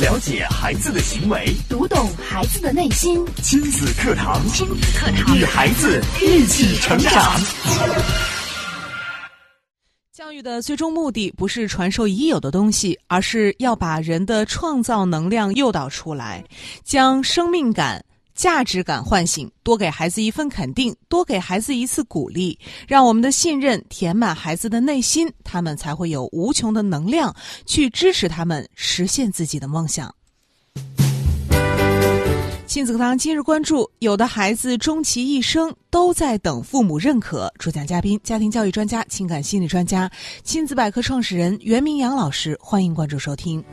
了解孩子的行为，读懂孩子的内心，亲子课堂，亲子课堂与孩子一起成长。教育的最终目的不是传授已有的东西，而是要把人的创造能量诱导出来，将生命感、价值感唤醒，多给孩子一份肯定，多给孩子一次鼓励，让我们的信任填满孩子的内心，他们才会有无穷的能量去支持他们实现自己的梦想。亲子课堂今日关注：有的孩子终其一生都在等父母认可。主讲嘉宾：家庭教育专家、情感心理专家、亲子百科创始人袁明阳老师。欢迎关注收听。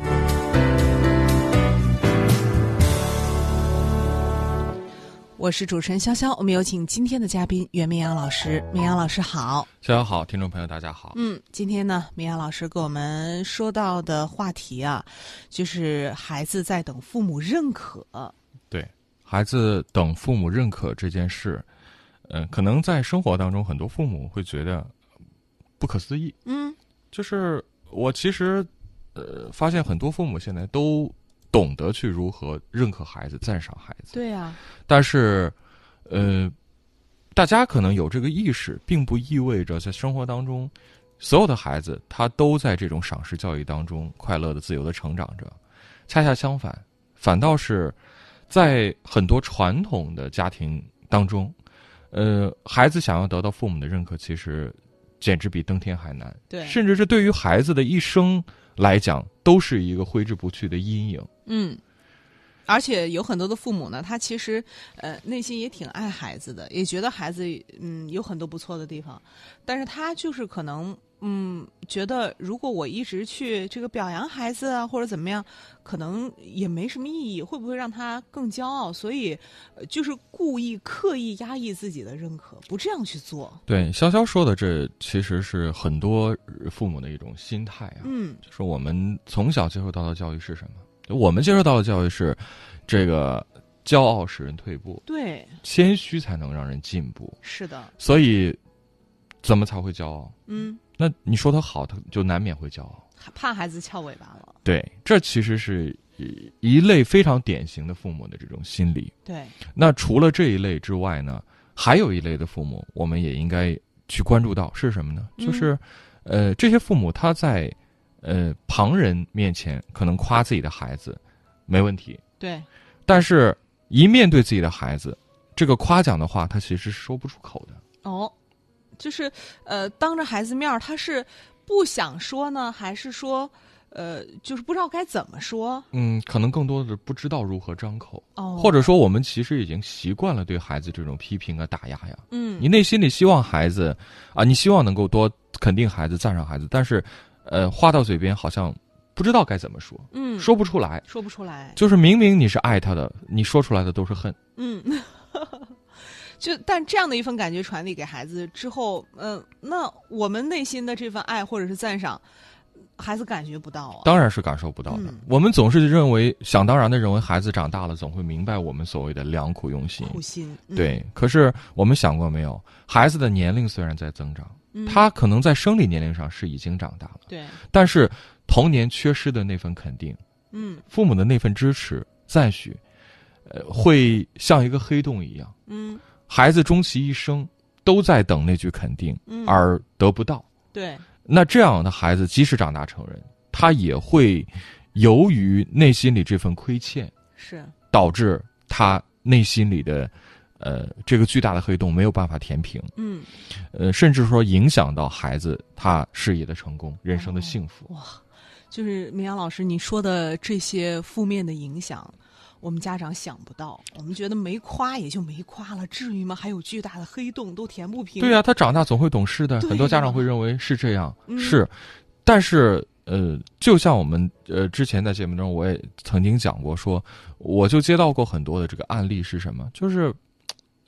我是主持人潇潇，我们有请今天的嘉宾袁明阳老师。明阳老师好。大家好，听众朋友大家好。嗯，今天呢，明阳老师给我们说到的话题啊，就是孩子在等父母认可。对孩子等父母认可这件事，嗯，可能在生活当中，很多父母会觉得不可思议。嗯就是我其实，呃，发现很多父母现在都懂得去如何认可孩子、赞赏孩子，。对呀、但是，呃，大家可能有这个意识，并不意味着在生活当中，所有的孩子他都在这种赏识教育当中快乐的、自由的成长着。恰恰相反，反倒是在很多传统的家庭当中，呃，孩子想要得到父母的认可，其实简直比登天还难。对甚至是对于孩子的一生来讲，都是一个挥之不去的阴影。嗯，而且有很多的父母呢，他其实呃内心也挺爱孩子的，也觉得孩子嗯有很多不错的地方，但是他就是可能嗯觉得如果我一直去这个表扬孩子啊或者怎么样，可能也没什么意义，会不会让他更骄傲？所以、呃就是故意刻意压抑自己的认可，不这样去做。对，潇潇说的这其实是很多呃父母的一种心态啊，嗯就是我们从小接受到的教育是什么？我们接受到的教育是，这个骄傲使人退步，对，谦虚才能让人进步。是的，所以，怎么才会骄傲？嗯，那你说他好，他就难免会骄傲。怕孩子翘尾巴了，对，这其实是一一类非常典型的父母的这种心理。对，那除了这一类之外呢，还有一类的父母，我们也应该去关注到是什么呢？嗯就是，呃，这些父母他在呃旁人面前可能夸自己的孩子没问题，对，但是一面对自己的孩子，这个夸奖的话，他其实是说不出口的。哦，就是呃，当着孩子面儿，他是不想说呢，还是说呃，就是不知道该怎么说？嗯，可能更多的是不知道如何张口，哦，或者说我们其实已经习惯了对孩子这种批评啊、打压呀。嗯，你内心里希望孩子啊，你希望能够多肯定孩子、赞赏孩子，但是，呃，话到嘴边好像不知道该怎么说，嗯说不出来。说不出来，就是明明你是爱他的，你说出来的都是恨。嗯。 就但这样的一份感觉传递给孩子之后，嗯、那我们内心的这份爱或者是赞赏，孩子感觉不到啊。当然是感受不到的。嗯我们总是认为想当然的认为孩子长大了总会明白我们所谓的良苦用心。苦心，嗯、对，可是我们想过没有，孩子的年龄虽然在增长，嗯，他可能在生理年龄上是已经长大了，对，但是童年缺失的那份肯定。嗯父母的那份支持、赞许，呃，会像一个黑洞一样，嗯孩子终其一生都在等那句肯定，嗯，而得不到。对，那这样的孩子，即使长大成人，他也会由于内心里这份亏欠，是，导致他内心里的。呃，这个巨大的黑洞没有办法填平，嗯，呃，甚至说影响到孩子他事业的成功、人哦生的幸福。就是明阳老师，你说的这些负面的影响，我们家长想不到，我们觉得没夸也就没夸了，至于吗？还有巨大的黑洞都填不平。对啊呀、他长大总会懂事的。对很多家呀长会认为是这样，嗯是，但是呃，就像我们呃之前在节目中我也曾经讲过说，我就接到过很多的这个案例是什么，就是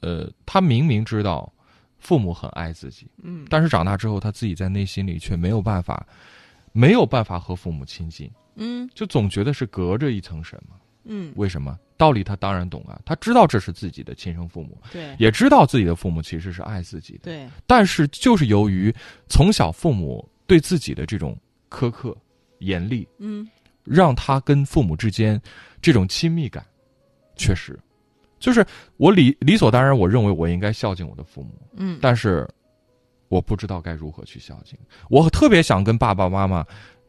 呃，他明明知道父母很爱自己，嗯，但是长大之后他自己在内心里却没有办法，没有办法和父母亲近，嗯就总觉得是隔着一层什么。嗯，为什么？道理他当然懂啊，他知道这是自己的亲生父母，对也知道自己的父母其实是爱自己的。对，但是就是由于从小父母对自己的这种苛刻、严厉，嗯让他跟父母之间这种亲密感，确实，就是我理理所当然，我认为我应该孝敬我的父母，嗯但是我不知道该如何去孝敬。我特别想跟爸爸妈妈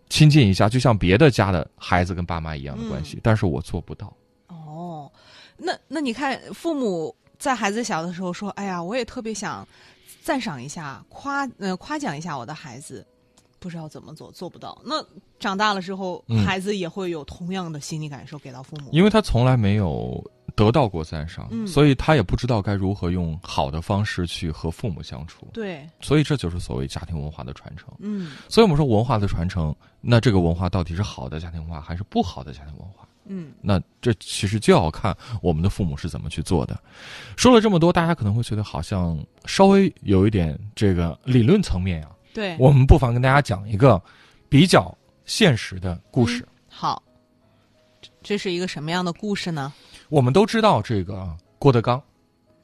亲近一下，就像别的家的孩子跟爸妈一样的关系，但是我做不到。哦，那那你看，父母在孩子小的时候说：“哎呀，我也特别想赞赏一下，夸呃夸奖一下我的孩子。”不知道怎么做，做不到。那长大了之后，嗯孩子也会有同样的心理感受给到父母。因为他从来没有得到过赞赏，嗯所以他也不知道该如何用好的方式去和父母相处。对，所以这就是所谓家庭文化的传承。嗯所以我们说文化的传承，那这个文化到底是好的家庭文化还是不好的家庭文化？嗯那这其实就要看我们的父母是怎么去做的。说了这么多，大家可能会觉得好像稍微有一点这个理论层面呀、对，我们不妨跟大家讲一个比较现实的故事。嗯好。这这是一个什么样的故事呢？我们都知道这个啊郭德纲，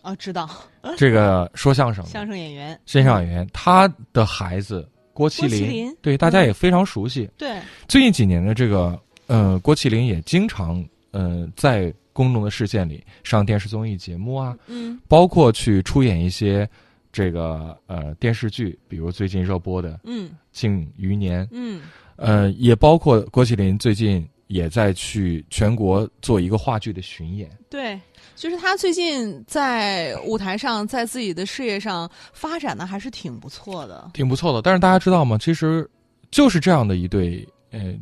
哦，知道，这个说相声的相声演员，嗯身上演员，他的孩子郭麒郭麒麟，麟嗯对大家也非常熟悉。对，最近几年的这个，呃，郭麒麟也经常，呃，在公众的视线里上电视综艺节目啊，嗯包括去出演一些这个呃电视剧，比如最近热播的《嗯庆余年》，嗯呃，也包括郭麒麟最近也在去全国做一个话剧的巡演。对，就是他最近在舞台上，在自己的事业上发展的还是挺不错的。挺不错的。但是大家知道吗？其实就是这样的一对，呃，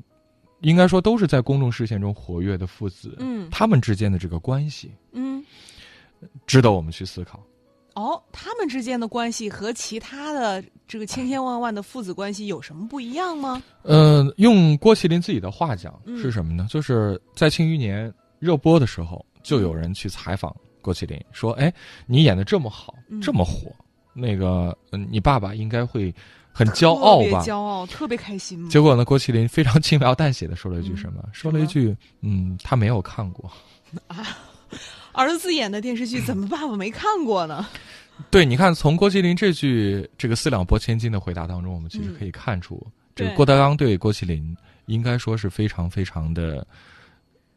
应该说都是在公众视线中活跃的父子，嗯他们之间的这个关系嗯，值得我们去思考。哦，他们之间的关系和其他的这个千千万万的父子关系有什么不一样吗？嗯、用郭麒麟自己的话讲嗯是什么呢？就是在《庆余年》热播的时候，就有人去采访郭麒麟，说：“哎，你演的这么好，嗯这么火，那个、嗯你爸爸应该会很骄傲特别吧？”骄傲，特别开心吗？结果呢，郭麒麟非常轻描淡写的说了一句嗯什么？说了一什句：“嗯，他没有看过。”儿子演的电视剧怎么爸爸没看过呢？对，你看，从郭麒麟这句这个“四两拨千斤”的回答当中，我们其实嗯可以看出，这个对郭德纲对郭麒麟应该说是非常非常的，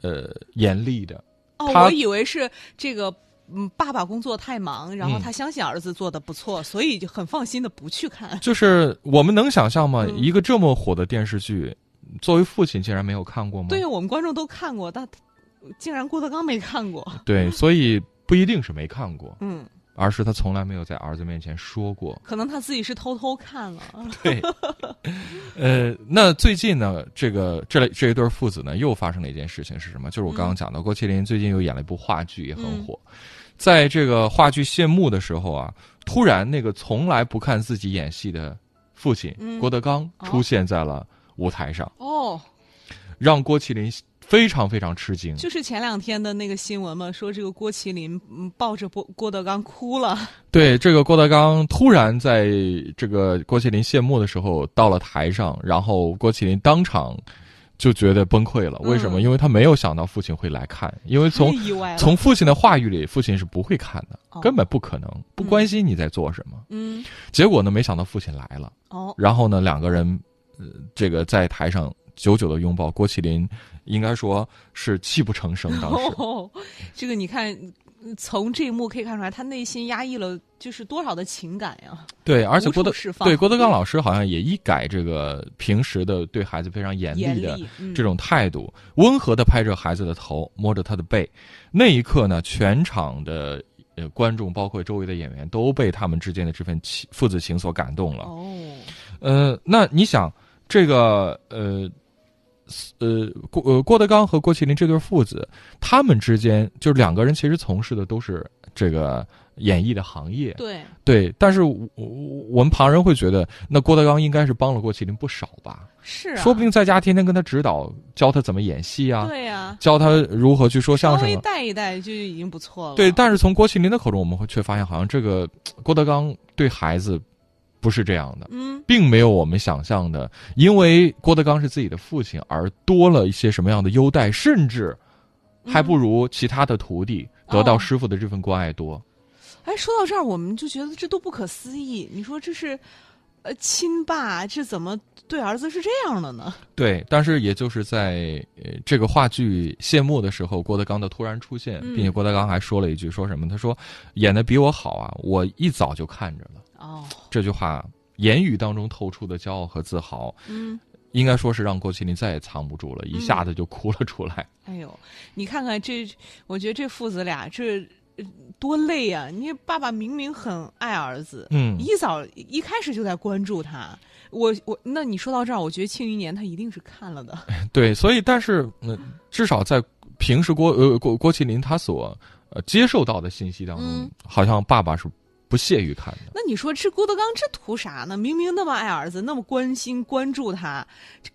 呃，严厉的。哦，他我以为是这个。嗯，爸爸工作太忙，然后嗯他相信儿子做的不错，所以就很放心的不去嗯看。就是我们能想象吗？嗯一个这么火的电视剧，作为父亲竟然没有看过吗？对我们观众都看过，但竟然郭德纲没看过。对，所以不一定是没看过，嗯，而是他从来没有在儿子面前 说过。可能他自己是偷偷看了。对， 呃，那最近呢，这个这这一对父子呢，又发生了一件事情是什么？就是我刚刚讲到，郭麒麟最近又演了一部话剧，也很火。嗯在这个话剧谢幕的时候啊，突然那个从来不看自己演戏的父亲、嗯郭德纲哦出现在了舞台上，哦，让郭麒麟非常非常吃惊。就是前两天的那个新闻嘛，说这个郭麒麟嗯抱着郭郭德纲哭了。对，这个郭德纲突然在这个郭麒麟谢幕的时候到了台上，然后郭麒麟当场就觉得崩溃了。为什么？嗯因为他没有想到父亲会来看，因为从太意外了，从父亲的话语里，父亲是不会看的，哦根本不可能，不关心你在做什么。嗯结果呢，没想到父亲来了， 哦然后呢，两个人，呃，这个在台上久久的拥抱。郭麒麟应该说是泣不成声，当 时。哦，这个你看，从这一幕可以看出来，他内心压抑了就是多少的情感呀。对，而且无处郭德释放嗯对郭德纲老师好像也一改这个平时的对孩子非常严厉的严厉嗯这种态度，温和的拍着孩子的头，摸着他的背。那一刻呢，全场的呃观众，包括周围的演员，都被他们之间的这份情父子情所感动了。哦，呃，那你想这个呃。呃，郭呃郭德纲和郭麒麟这对父子，他们之间就是两个人，其实从事的都是这个演艺的行业。对，对，但是我我我们旁人会觉得，那郭德纲应该是帮了郭麒麟不少吧？是、啊，说不定在家天天跟他指导，教他怎么演戏啊，对呀、教他如何去说稍相声微啊。带一啊带就已经不错了。对，但是从郭麒麟的口中，我们会却发现，好像这个嘖郭德纲对孩子不是这样的，嗯并没有我们想象的，因为郭德纲是自己的父亲，而多了一些什么样的优待，甚至还不如其他的徒弟得到哦师傅的这份关爱多。哎，说到这儿，我们就觉得这都不可思议。你说这是呃，亲爸这怎么对儿子是这样的 呢？对，但是也就是在呃这个话剧谢幕的时候，郭德纲的突然出现，嗯并且郭德纲还说了一句说什么？他说演的比我好啊，我一早就看着了。哦，这句话言语当中透出的骄傲和自豪，嗯，应该说是让郭麒麟再也藏不住了，一下子就哭了出来。哎呦，你看看这，我觉得这父子俩这呃多累呀、你爸爸明明很爱儿子，嗯一早一开始就在关注他。我我，那你说到这儿，我觉得《庆余年》他一定是看了的。对，所以但是嗯，至少在平时郭呃郭郭麒麟他所呃接受到的信息当中，嗯好像爸爸是不屑于看的。那你说这郭德纲这图啥呢？明明那么爱儿子，那么关心关注他，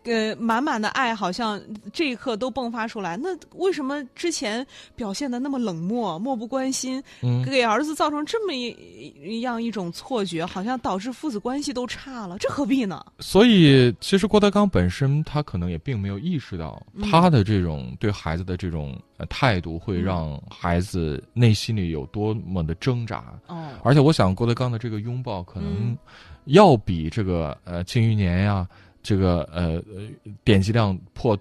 呃，满满的爱好像这一刻都迸发出来。那为什么之前表现的那么冷漠、漠不关心，嗯，给儿子造成这么一样一种错觉，好像导致父子关系都差了？这何必呢？所以其实郭德纲本身他可能也并没有意识到嗯他的这种对孩子的这种呃态度会嗯让孩子内心里有多么的挣扎。哦，而且我想郭德纲的这个拥抱可能嗯要比这个呃《庆余年》呀，这个呃呃点击量破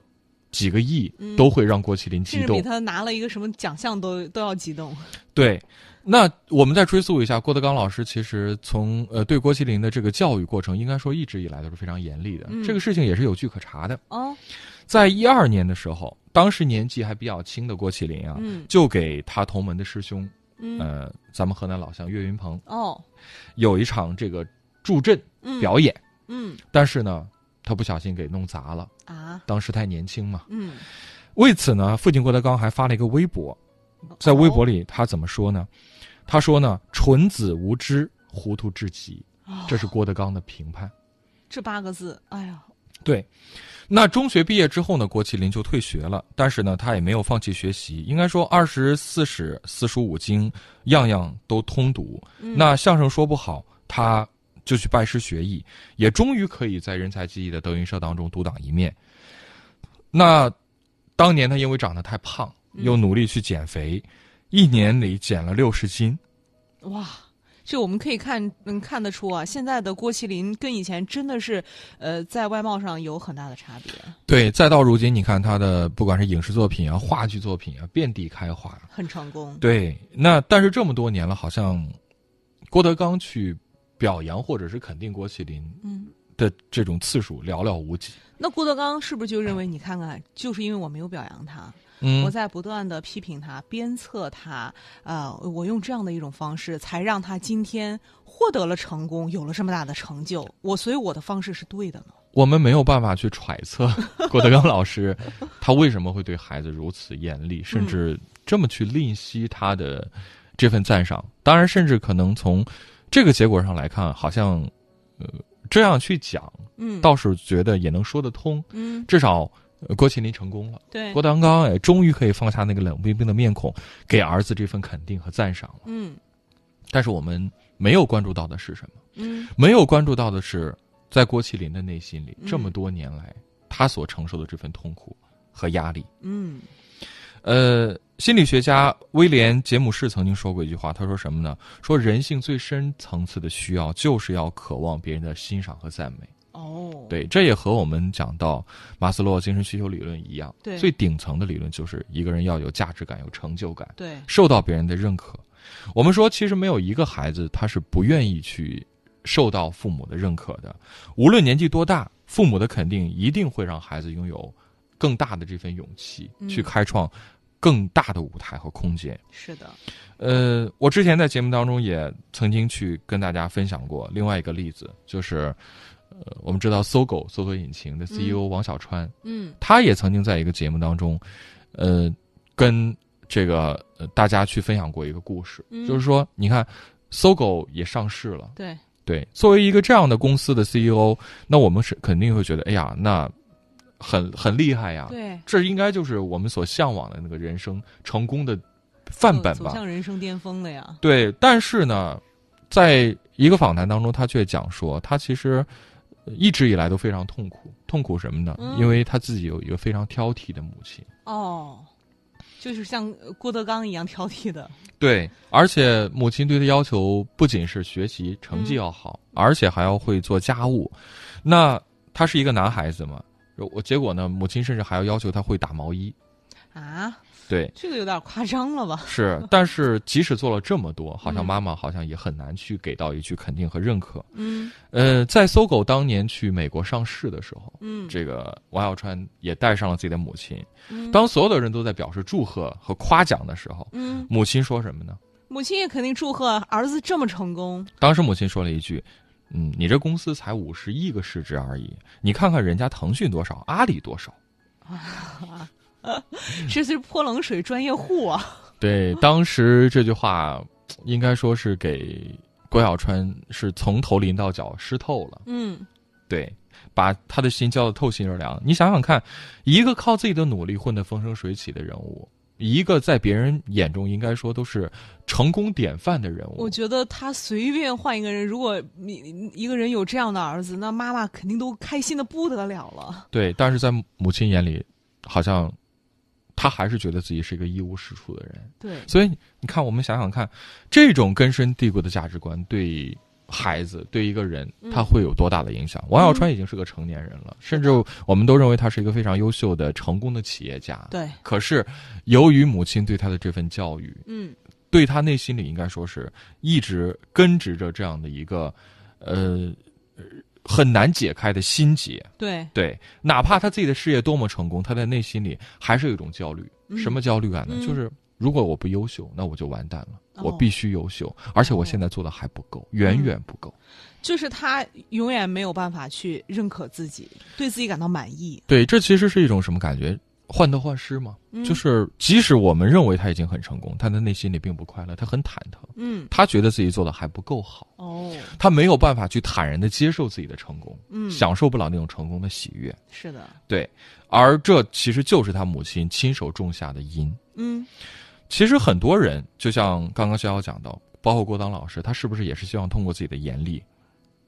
几个亿嗯都会让郭麒麟甚激至动比。他拿了一个什么奖项都都要激动。对，那我们再追溯一下，郭德纲老师其实从呃对郭麒麟的这个教育过程，应该说一直以来都是非常严厉的。嗯这个事情也是有据可查的。哦，在一二年的时候，当时年纪还比较轻的郭麒麟啊，嗯就给他同门的师兄，嗯，呃，咱们河南老乡岳云鹏哦，有一场这个助阵嗯，表演，嗯但是呢，他不小心给弄砸了，啊，当时太年轻嘛。嗯，为此呢，父亲郭德纲还发了一个微博，在微哦博里他怎么说呢？他说呢，纯子无知，糊涂至极，哦这是郭德纲的评判。这八个字，哎呀，对，那中学毕业之后呢，郭麒麟就退学了，但是呢，他也没有放弃学习，应该说二十四史、四书五经样样都通读。嗯那相声说不好，他就去拜师学艺，也终于可以在人才济济的德云社当中独当一面。那当年他因为长得太胖，嗯又努力去减肥，一年里减了六十斤。哇，这我们可以看能看得出啊，现在的郭麒麟跟以前真的是，呃，在外貌上有很大的差别，对，再到如今，你看他的不管是影视作品啊、话剧作品啊，遍地开花。很成功。对，那但是这么多年了，好像郭德纲去表扬或者是肯定郭麒麟嗯，的这种次数寥寥无几。那郭德纲是不是就认为，你看看，就是因为我没有表扬他，我嗯，在不断的批评他、鞭策他，啊、我用这样的一种方式，才让他今天获得了成功，有了这么大的成就。我所以我的方式是对的呢。我们没有办法去揣测郭德纲老师他为什么会对孩子如此严厉，甚至这么去吝惜他的这份赞赏。当然，甚至可能从这个结果上来看，好像呃这样去讲，嗯，倒是觉得也能说得通。嗯，至少呃郭麒麟成功了。 对郭，德纲哎，终于可以放下那个冷冰冰的面孔，给儿子这份肯定和赞赏了。嗯但是我们没有关注到的是什么？嗯没有关注到的是，在郭麒麟的内心里，嗯这么多年来，他所承受的这份痛苦和压力。嗯呃，心理学家威廉·杰姆士曾经说过一句话，他说什么呢？说人性最深层次的需要，就是要渴望别人的欣赏和赞美。哦，对，这也和我们讲到马斯洛精神需求理论一样，对最顶层的理论就是一个人要有价值感、有成就感。对，受到别人的认可。我们说，其实没有一个孩子他是不愿意去受到父母的认可的，无论年纪多大，父母的肯定一定会让孩子拥有更大的这份勇气，嗯去开创更大的舞台和空间。是的，呃，我之前在节目当中也曾经去跟大家分享过另外一个例子，就是。呃，我们知道搜狗搜索引擎的 CEO 王小川，嗯他也曾经在一个节目当中，呃，跟这个、呃、大家去分享过一个故事，嗯就是说，你看，搜狗也上市了，对，对，作为一个这样的公司的 CEO，那我们是肯定会觉得，哎呀，那很很厉害呀，对，这应该就是我们所向往的那个人生成功的范本走吧？向人生巅峰了呀。对，但是呢，在一个访谈当中，他却讲说，他其实呃一直以来都非常痛苦。痛苦什么呢？嗯嗯因为他自己有一个非常挑剔的母亲。哦，就是像呃郭德纲一样挑剔的。对，而且母亲对他要求不仅是学习成绩要好，而且还要会做家务。那他是一个男孩子嘛，我结果呢，母亲甚至还要要求他会打毛衣。啊，对，这个有点夸张了吧？是，但是即使做了这么多，好像嗯妈妈好像也很难去给到一句肯定和认可。嗯呃，在搜狗当年去美国上市的时候，嗯，这个王小川也带上了自己的母亲。嗯当所有的人都在表示祝贺和夸奖的时候，嗯，母亲说什么呢？母亲也肯定祝贺儿子这么成功。当时母亲说了一句：“嗯，你这公司才五十亿个市值而已，你看看人家腾讯多少，阿里 多少。这是泼冷水专业户啊！”对，当时这句话应该说是给郭小川是从头淋到脚湿透了。嗯对，把他的心浇得透心而凉。你想想看，一个靠自己的努力混得风生水起的人物，一个在别人眼中应该说都是成功典范的人物，我觉得他随便换一个人，如果你你一个人有这样的儿子，那妈妈肯定都开心的不得了了。对，但是在母亲眼里，好像他还是觉得自己是一个一无是处的人。对，所以你看，我们想想看，这种根深蒂固的价值观对孩子、对一个人，嗯他会有多大的影响？王小川已经是个成年人了，甚至我们都认为他是一个非常优秀的、成功的企业家。对，可是，由于母亲对他的这份教育，嗯对他内心里应该说是一直根植着这样的一个，呃，很难解开的心结。对，对，哪怕他自己的事业多么成功，他在内心里还是有一种焦虑。嗯什么焦虑感呢？嗯就是如果我不优秀，那我就完蛋了。哦我必须优秀，而且我现在做的还不够，嗯远远不够。就是他永远没有办法去认可自己，对自己感到满意。对，这其实是一种什么感觉？患得患失嘛，嗯就是即使我们认为他已经很成功，但他内心里并不快乐，他很忐忑，嗯他觉得自己做的还不够好，哦，他没有办法去坦然的接受自己的成功，嗯，享受不了那种成功的喜悦。是的，对，而这其实就是他母亲亲手种下的因。嗯其实很多人，就像刚刚逍遥讲到，包括郭当老师，他是不是也是希望通过自己的严厉，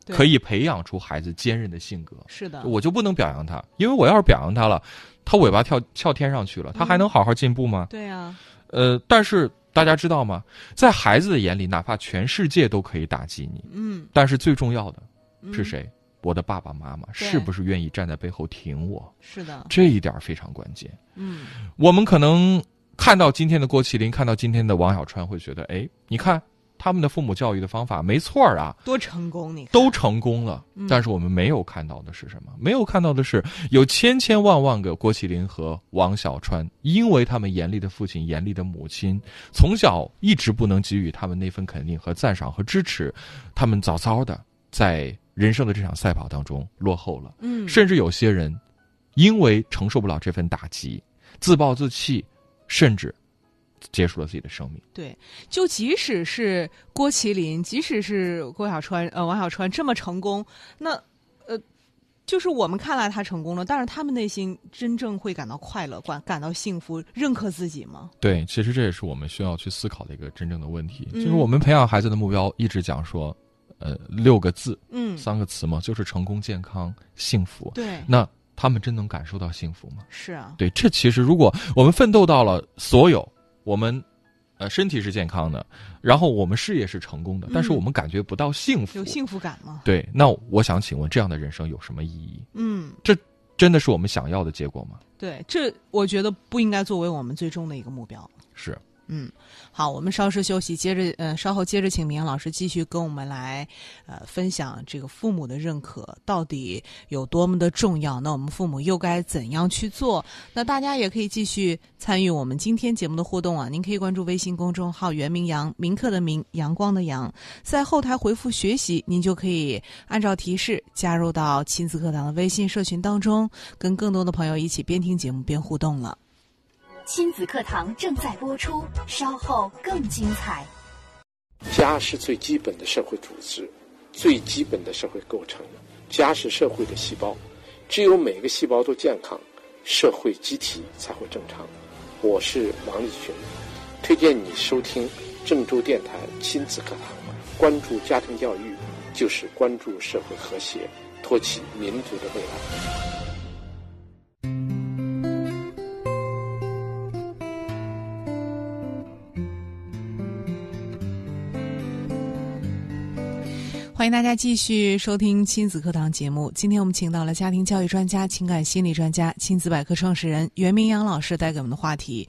对可以培养出孩子坚韧的性格？是的，我就不能表扬他，因为我要是表扬他了，他尾巴跳翘天上嗯去了，他还能好好进步吗？对啊，呃，但是大家知道吗？在孩子的眼里，哪怕全世界都可以打击你，嗯，但是最重要的嗯是？谁？我的爸爸妈妈对是不是愿意站在背后挺我？是的，这一点儿非常关键。嗯我们可能看到今天的郭麒麟，看到今天的王小川，会觉得，哎，你看他们的父母教育的方法没错儿啊，多成功，你看都成功了。嗯但是我们没有看到的是什么？没有看到的是，有千千万万个郭麒麟和王小川，因为他们严厉的父亲、严厉的母亲，从小一直不能给予他们那份肯定和赞赏和支持，他们早早的在人生的这场赛跑当中落后了。嗯甚至有些人因为承受不了这份打击，自暴自弃，甚至结束了自己的生命。对，就即使是郭麒麟，即使是郭小川，呃，王小川这么成功，那呃，就是我们看来他成功了，但是他们内心真正会感到快乐，感感到幸福，认可自己吗？对，其实这也是我们需要去思考的一个真正的问题，嗯就是我们培养孩子的目标一直讲说，呃，六个字、嗯，三个词嘛，就是成功、健康、幸福。对，那他们真能感受到幸福吗？是啊，对，这其实如果我们奋斗到了所有，我们呃身体是健康的，然后我们事业是成功的，但是嗯我们感觉不到幸福，有幸福感吗？对，那我想请问，这样的人生有什么意义？嗯，真的是我们想要的结果吗？对，这我觉得不应该作为我们最终的一个目标。是，嗯，好，我们稍事休息，接着呃，稍后接着请明阳老师继续跟我们来呃分享这个父母的认可到底有多么的重要。那我们父母又该怎样去做？那大家也可以继续参与我们今天节目的互动啊！您可以关注微信公众号“袁明阳”，明课的明，阳光的阳，在后台回复“学习”，您就可以按照提示加入到亲子课堂的微信社群当中，跟更多的朋友一起边听节目边互动了。亲子课堂正在播出，稍后更精彩。家是最基本的社会组织，最基本的社会构成。家是社会的细胞，只有每个细胞都健康，社会机体才会正常。我是王立群，推荐你收听郑州电台亲子课堂，关注家庭教育，就是关注社会和谐，托起民族的未来。欢迎大家继续收听亲子课堂节目。今天我们请到了家庭教育专家、情感心理专家、亲子百科创始人袁明阳老师带给我们的话题：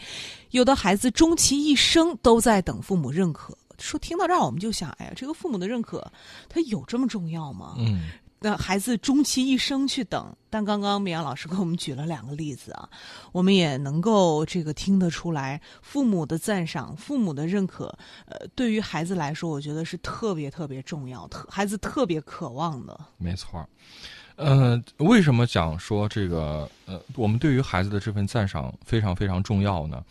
有的孩子终其一生都在等父母认可。说听到这儿，我们就想，哎呀，这个父母的认可，他有这么重要吗？嗯，那孩子终其一生去等。但刚刚明阳老师给我们举了两个例子啊，我们也能够这个听得出来，父母的赞赏、父母的认可，呃，对于孩子来说，我觉得是特别特别重要，特孩子特别渴望的。没错儿。呃，为什么讲说这个？呃，我们对于孩子的这份赞赏非常非常重要呢？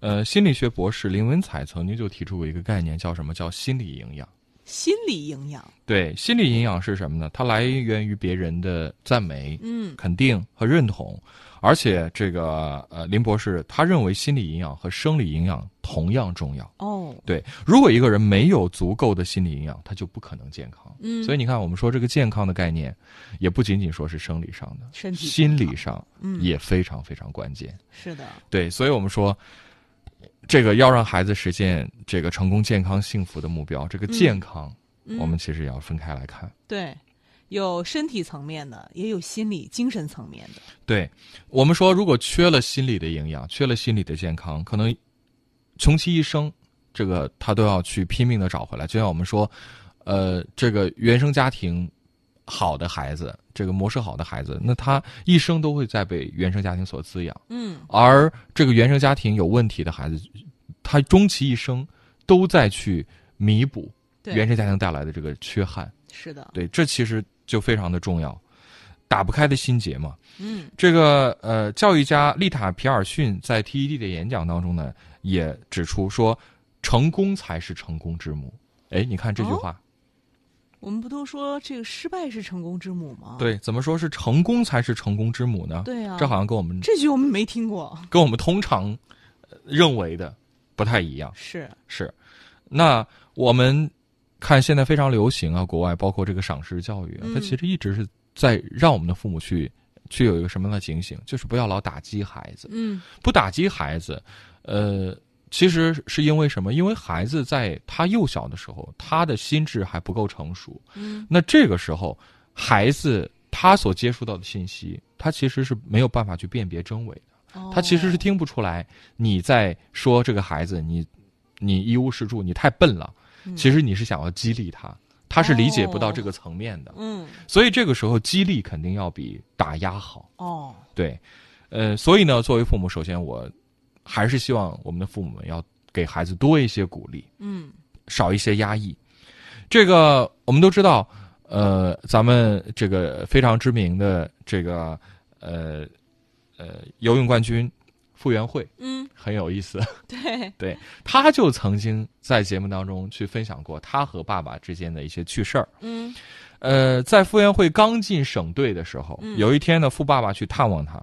呃，心理学博士林文采曾经就提出过一个概念，叫什么？叫心理营养。心理营养，对，心理营养是什么呢？它来源于别人的赞美、嗯肯定和认同，而且这个呃，林博士他认为心理营养和生理营养同样重要。哦，对，如果一个人没有足够的心理营养，他就不可能健康。嗯所以你看，我们说这个健康的概念，也不仅仅说是生理上的，身体心健理康上嗯也非常非常关键。是的，对，所以我们说，这个要让孩子实现这个成功、健康、幸福的目标，这个健康，嗯我们其实也要分开来看。对，有身体层面的，也有心理、精神层面的。对我们说，如果缺了心理的营养，缺了心理的健康，可能穷其一生，这个他都要去拼命的找回来。就像我们说，呃，这个原生家庭好的孩子，这个模式好的孩子，那他一生都会在被原生家庭所滋养；嗯，而这个原生家庭有问题的孩子，他终其一生都在去弥补对，原生家庭带来的这个缺憾。是的，对，这其实就非常的重要，打不开的心结嘛。嗯这个呃，教育家丽塔·皮尔逊在 TED 的演讲当中呢，也指出说，成功才是成功之母。哎，你看这句话，我们不都说这个失败是成功之母吗？，对，怎么说是成功才是成功之母呢？哦对啊这好像跟我们这句我们没听过。跟我们通常呃认为的不太一样。是，是，那我们看现在非常流行啊，国外包括这个赏识教育啊，嗯它其实一直是在让我们的父母去去有一个什么样的警醒，就是不要老打击孩子。嗯不打击孩子，呃，其实是因为什么？因为孩子在他幼小的时候，他的心智还不够成熟。嗯，那这个时候，孩子他所接触到的信息，他其实是没有办法去辨别真伪的。他其实是哦听不出来你在说这个孩子，你你一无是处，你太笨了。哦嗯其实你是想要激励他，他是理解不到这个层面的。嗯所以这个时候，激励肯定要比打压好。哦，对，呃，所以呢，作为父母，首先我还是希望我们的父母们要给孩子多一些鼓励，嗯少一些压抑。这个我们都知道，呃，咱们这个非常知名的这个呃呃游泳冠军傅园慧嗯，很有意思， 对，对，他就曾经在节目当中去分享过他和爸爸之间的一些趣事儿。嗯呃，在傅园慧刚进省队的时候，嗯有一天呢，傅爸爸去探望他，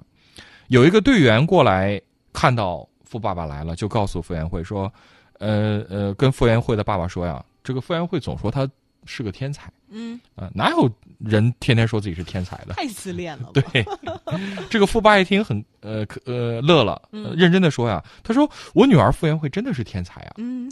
有一个队员过来看到傅爸爸来了，就告诉傅园慧说：“呃呃，跟傅园慧的爸爸说呀，这个傅园慧总说他是个天才嗯，啊、哪有人天天说自己是天才的？” 太自恋了吧？对，这个富爸一听很呃可呃乐了，呃认真的说呀，他说我女儿傅园慧真的是天才啊。嗯，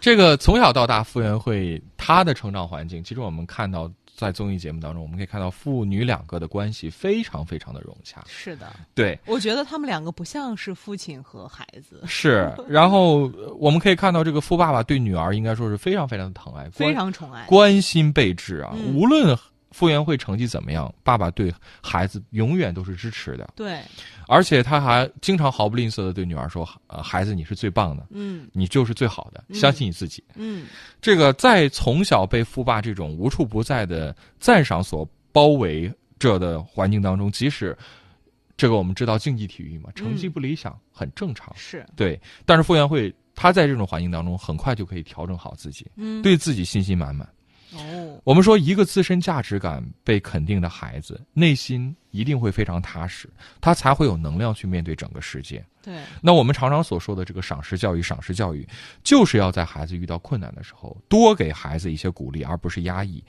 这个从小到大傅园慧她的成长环境，其实我们看到在综艺节目当中，我们可以看到父女两个的关系非常非常的融洽。是的，对，我觉得他们两个不像是父亲和孩子， 是。然后呃我们可以看到这个富爸爸对女儿应该说是非常非常的疼爱，关非常宠爱。关心备至啊，嗯无论。傅园慧成绩怎么样？爸爸对孩子永远都是支持的。对，而且他还经常毫不吝啬的对女儿说：“呃，孩子，你是最棒的，嗯你就是最好的，相信你自己。嗯，这个在从小被富爸这种无处不在的赞赏所包围着的环境当中，即使这个我们知道竞技体育嘛，成绩不理想、很正常，是，对。但是傅园慧她在这种环境当中，很快就可以调整好自己，嗯，对自己信心满满。哦，我们说，一个自身价值感被肯定的孩子，内心一定会非常踏实，他才会有能量去面对整个世界。对，那我们常常所说的这个赏识教育，赏识教育，就是要在孩子遇到困难的时候，多给孩子一些鼓励，而不是压抑；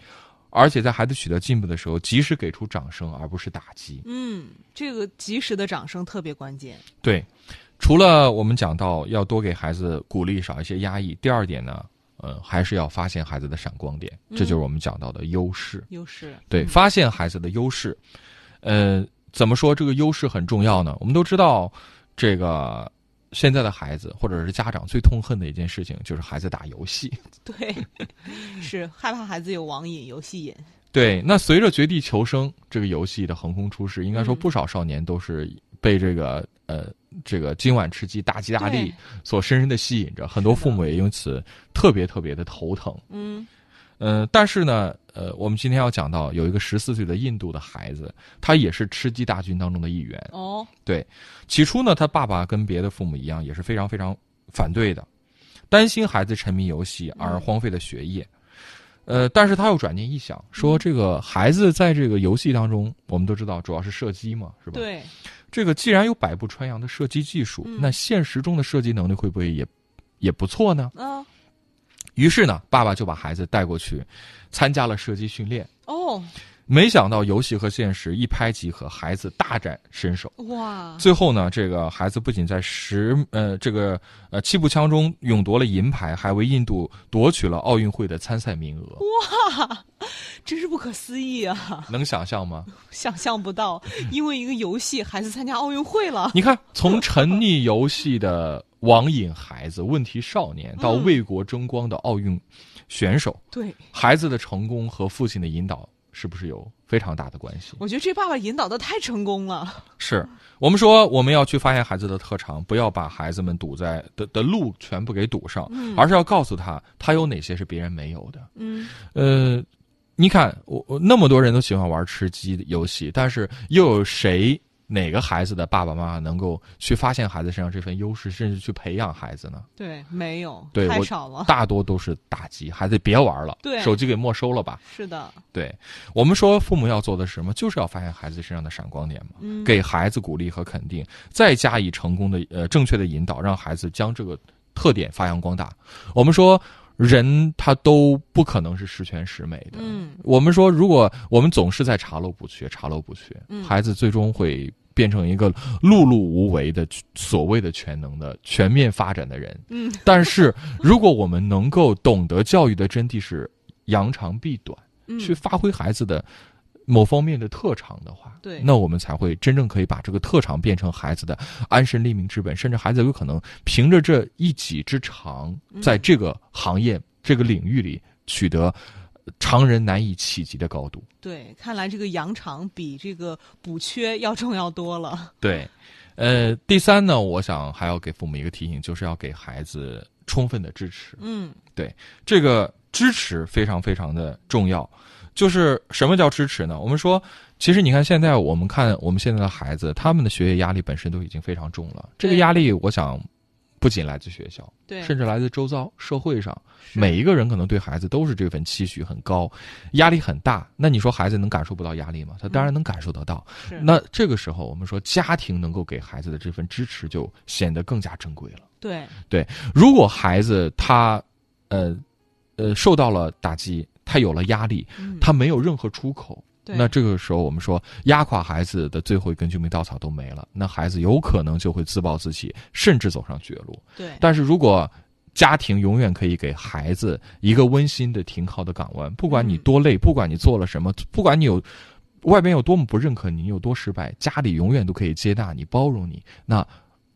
而且在孩子取得进步的时候，及时给出掌声，而不是打击。嗯，这个及时的掌声特别关键。对，除了我们讲到要多给孩子鼓励，少一些压抑，第二点呢，呃，还是要发现孩子的闪光点，这就是我们讲到的优势。优势，对，发现孩子的优势。呃，怎么说这个优势很重要呢？我们都知道，这个现在的孩子或者是家长最痛恨的一件事情就是孩子打游 戏。对，是害怕孩子有网瘾、游戏瘾，对，那随着《绝地求生》这个游戏的横空出世，应该说嗯不少少年都是被这个呃这个今晚吃鸡大吉大利对所深深的吸引着，很多是的父母也因此特别特别的头疼。嗯嗯，但是呢，呃，我们今天要讲到有一个十四岁的印度的孩子，他也是吃鸡大军当中的一员。哦，对，起初呢，他爸爸跟别的父母一样，也是非常非常反对的，担心孩子沉迷游戏嗯而荒废了学业。呃，但是他又转念一想，嗯说这个孩子在这个游戏当中，我们都知道主要是射击嘛，是吧？。对，这个既然有百步穿杨的射击技术，嗯那现实中的射击能力会不会也也不错呢？啊，于是呢，爸爸就把孩子带过去，参加了射击训练。哦，没想到游戏和现实一拍即合，孩子大展身手。哇，最后呢，这个孩子不仅在十呃这个呃气步枪中勇夺了银牌，还为印度夺取了奥运会的参赛名额。真是不可思议啊！能想象吗？想象不到，因为一个游戏，孩子参加奥运会了。 你看，从沉溺游戏的网瘾孩子、问题少年，到嗯为国争光的奥运选手，对，孩子的成功和父亲的引导是不是有非常大的关系？我觉得这爸爸引导的太成功了。是我们说我们要去发现孩子的特长，不要把孩子们堵在的的路全部给堵上，而是要告诉他他有哪些是别人没有的。嗯，呃，你看我我那么多人都喜欢玩吃鸡的游戏，但是又有谁哪个孩子的爸爸妈妈能够去发现孩子身上这份优势，甚至去培养孩子呢？对，没有，对太我少了。大多都是打击，孩子别玩了，哦对手机给没收了吧。是的，对我们说，父母要做的是什么，就是要发现孩子身上的闪光点嘛，嗯给孩子鼓励和肯定，再加以成功的呃正确的引导，让孩子将这个特点发扬光大。我们说。人他都不可能是十全十美的。嗯，我们说，如果我们总是在查漏补缺、查漏补缺，嗯孩子最终会变成一个碌碌无为的所谓的全能的、全面发展的人。嗯，但是，如果我们能够懂得教育的真谛是扬长避短，嗯，去发挥孩子的某方面的特长的话，对那我们才会真正可以把这个特长变成孩子的安身立命之本，甚至孩子有可能凭着这一己之长，嗯在这个行业、这个领域里取得常人难以企及的高度。对，看来这个扬长比这个补缺要重要多了。对，呃，第三呢，我想还要给父母一个提醒，就是要给孩子充分的支持。嗯，这个支持非常非常的重要。就是什么叫支持呢？我们说，其实你看现在我们看我们现在的孩子，他们的学业压力本身都已经非常重了。这个对压力，我想不仅来自学校，对，甚至来自周遭社会上，是每一个人可能对孩子都是这份期许很高，压力很大。那你说孩子能感受不到压力吗？他当然能感受得到。是那这个时候，我们说家庭能够给孩子的这份支持就显得更加珍贵了。对，如果孩子他，呃，呃，受到了打击，他有了压力，嗯他没有任何出口，对那这个时候我们说压垮孩子的最后一根救命稻草都没了，那孩子有可能就会自暴自弃，甚至走上绝路。对但是如果家庭永远可以给孩子一个温馨的停靠的港湾，不管你嗯多累，不管你做了什么，不管你有外边有多么不认可你，你有多失败，家里永远都可以接纳你、包容你。那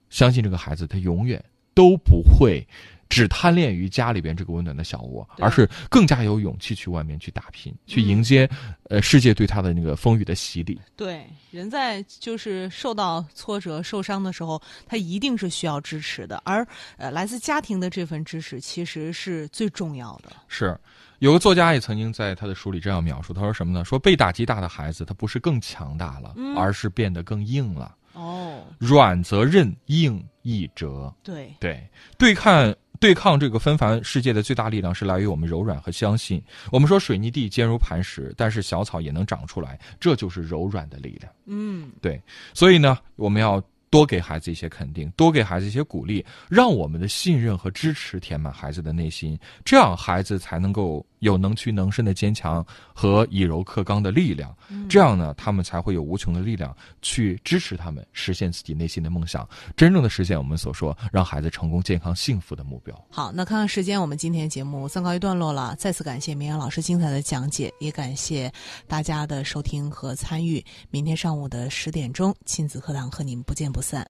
相信这个孩子，他永远都不会只贪恋于家里边这个温暖的小窝，对而是更加有勇气去外面去打拼，去迎接呃世界对他的那个风雨的洗礼。对，人在就是受到挫折、受伤的时候，他一定是需要支持的，而呃，来自家庭的这份支持其实是最重要的。是，有个作家也曾经在他的书里这样描述，他说什么呢？说被打击大的孩子，他不是更强大了，而是变得更硬了。哦，软则韧，硬亦折。对，对，对抗对抗这个纷繁世界的最大力量是来源于我们柔软和相信。我们说水泥地坚如磐石，但是小草也能长出来，这就是柔软的力量。嗯，对，所以呢，我们要多给孩子一些肯定，多给孩子一些鼓励，让我们的信任和支持填满孩子的内心，这样孩子才能够有能屈能伸的坚强和以柔克刚的力量。这样呢，他们才会有无穷的力量去支持他们实现自己内心的梦想，真正的实现我们所说让孩子成功、健康、幸福的目标。好，那看看时间，我们今天节目暂告一段落了。再次感谢明阳老师精彩的讲解，也感谢大家的收听和参与。明天上午的十点钟，亲子课堂和您不见不散。